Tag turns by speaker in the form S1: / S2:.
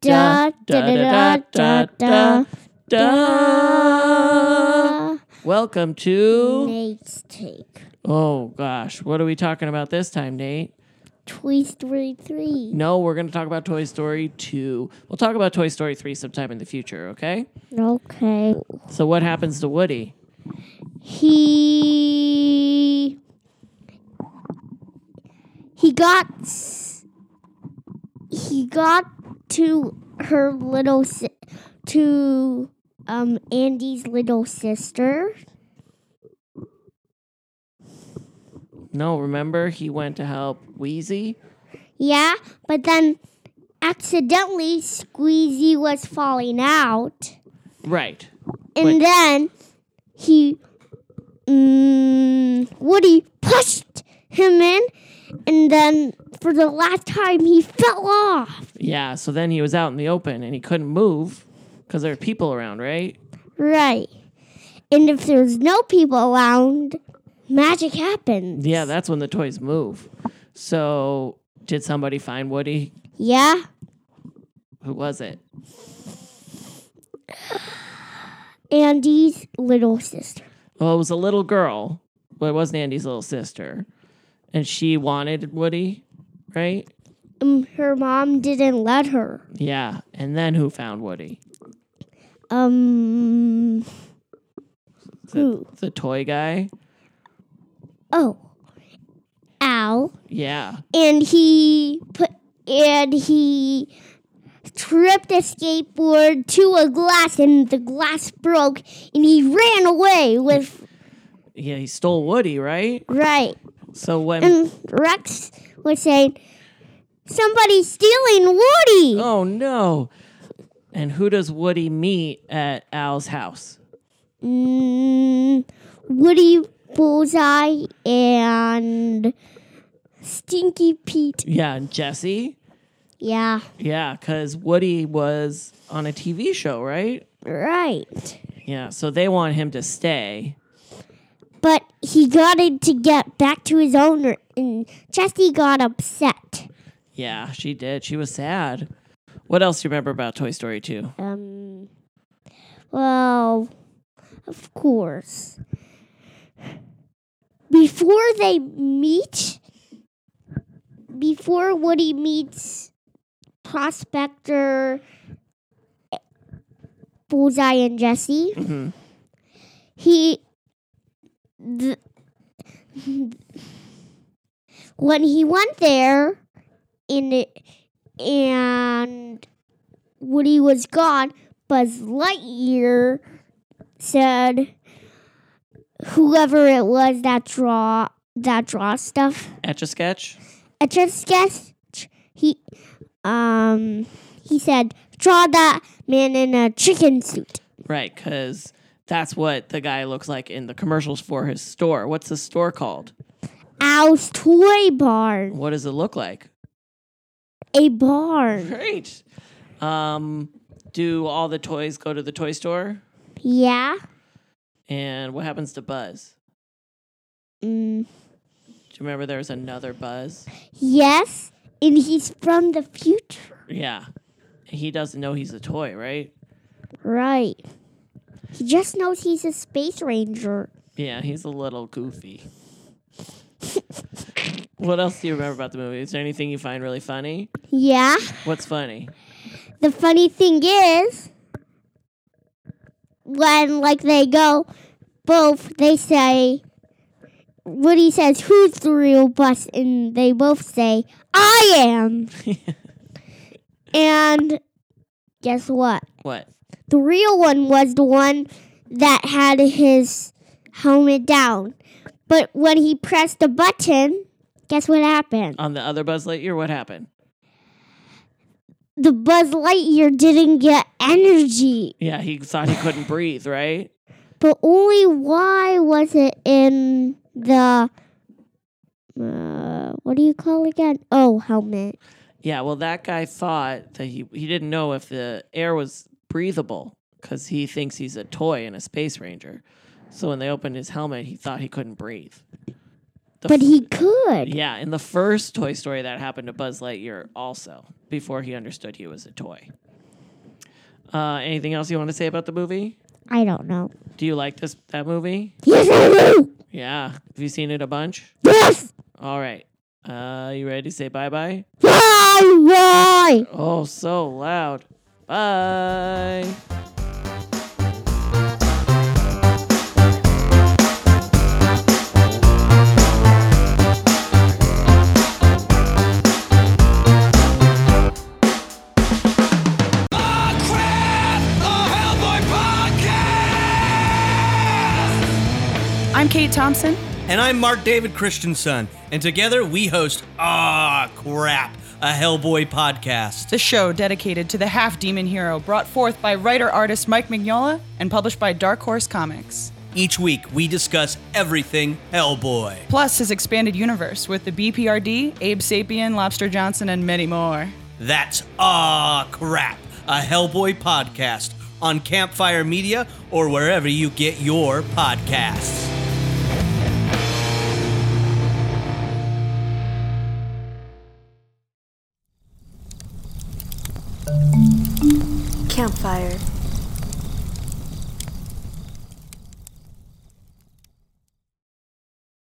S1: da da da da da da.
S2: Welcome to.
S1: Nate's take.
S2: Oh gosh, what are we talking about this time, Nate?
S1: Toy Story 3.
S2: No, we're going to talk about Toy Story 2. We'll talk about Toy Story 3 sometime in the future, okay?
S1: Okay.
S2: So, what happens to Woody?
S1: He. He got. s- He got to her little. Si- to um Andy's little sister.
S2: No, remember he went to help Wheezy?
S1: Yeah, but then accidentally Squeezy was falling out,
S2: Right.
S1: and
S2: Wait.
S1: then he mm, Woody pushed him in, and then for the last time he fell off.
S2: Yeah, so then he was out in the open and he couldn't move because there were people around, right?
S1: Right, and if there's no people around, magic happens.
S2: Yeah, that's when the toys move. So, did somebody find Woody?
S1: Yeah.
S2: Who was it?
S1: Andy's little sister.
S2: Well, it was a little girl, but it wasn't Andy's little sister. And she wanted Woody, right?
S1: Um, her mom didn't let her.
S2: Yeah. And then who found Woody?
S1: Um.
S2: The,
S1: Who?
S2: the toy guy?
S1: Oh. Al.
S2: Yeah.
S1: And he put and he tripped a skateboard to a glass and the glass broke and he ran away with
S2: Yeah, he stole Woody, right?
S1: right.
S2: So when
S1: And Rex was saying Somebody's stealing Woody.
S2: Oh no. And who does Woody meet at Al's house?
S1: Mm, Woody Bullseye and Stinky Pete.
S2: Yeah, and Jesse?
S1: Yeah,
S2: Yeah, cuz Woody was on a TV show, right?
S1: right.
S2: Yeah, so they want him to stay.
S1: But he got it to get back to his owner, and Jesse got upset.
S2: Yeah, she did. She was sad. What else do you remember about Toy Story 2?
S1: Um, well, of course. Before they meet, before Woody meets Prospector, Bullseye, and Jesse,
S2: Mhm.
S1: he. Th- when he went there, and it, and Woody was gone, Buzz Lightyear said, "Whoever it was that draw that draw stuff,
S2: Etch a sketch?
S1: I just guess he, um, he said draw that man in a chicken suit.
S2: Right, because that's what the guy looks like in the commercials for his store. What's the store called?
S1: Owl's toy barn,
S2: What does it look like?
S1: a barn.
S2: Great. Um, do all the toys go to the toy store?
S1: Yeah,
S2: And what happens to Buzz?
S1: mm,
S2: Do you remember there was another Buzz?
S1: yes, and he's from the future,
S2: Yeah. He doesn't know he's a toy, right?
S1: right? He just knows he's a space ranger."
S2: Yeah, he's a little goofy. what else do you remember about the movie? Is there anything you find really funny?
S1: Yeah.
S2: What's funny?
S1: The funny thing is, when like they go, both they say, Woody says, "Who's the real boss?" and they both say, "I am." and guess what?
S2: what?
S1: The real one was the one that had his helmet down, but when he pressed the button, guess what happened?
S2: On the other Buzz Lightyear, what happened?
S1: The Buzz Lightyear didn't get energy.
S2: Yeah, he thought he couldn't breathe, right?
S1: But only why was it in the uh, what do you call it again? Oh, helmet.
S2: Yeah, well, that guy thought that he he didn't know if the air was breathable because he thinks he's a toy and a space ranger. So when they opened his helmet, he thought he couldn't breathe. The
S1: But
S2: f-
S1: he could.
S2: yeah, in the first Toy Story, that happened to Buzz Lightyear also before he understood he was a toy. Uh, anything else you want to say about the movie?
S1: I don't know.
S2: Do you like this that movie?
S1: Yes, I do.
S2: Yeah. Have you seen it a bunch?
S1: Yes.
S2: All right. Uh, you ready to say bye bye?
S1: Why? Why?
S2: Oh, so loud. Bye.
S3: I'm Kate Thompson.
S4: And I'm Mark David Christensen, and together we host Ah Crap, a Hellboy podcast.
S3: The show dedicated to the half demon hero brought forth by writer artist Mike Mignola and published by Dark Horse Comics.
S4: Each week we discuss everything Hellboy.
S3: Plus his expanded universe with the BPRD, Abe Sapien, Lobster Johnson, and many more.
S4: That's Ah Crap, a Hellboy podcast on Campfire Media or wherever you get your podcasts.
S5: Campfire.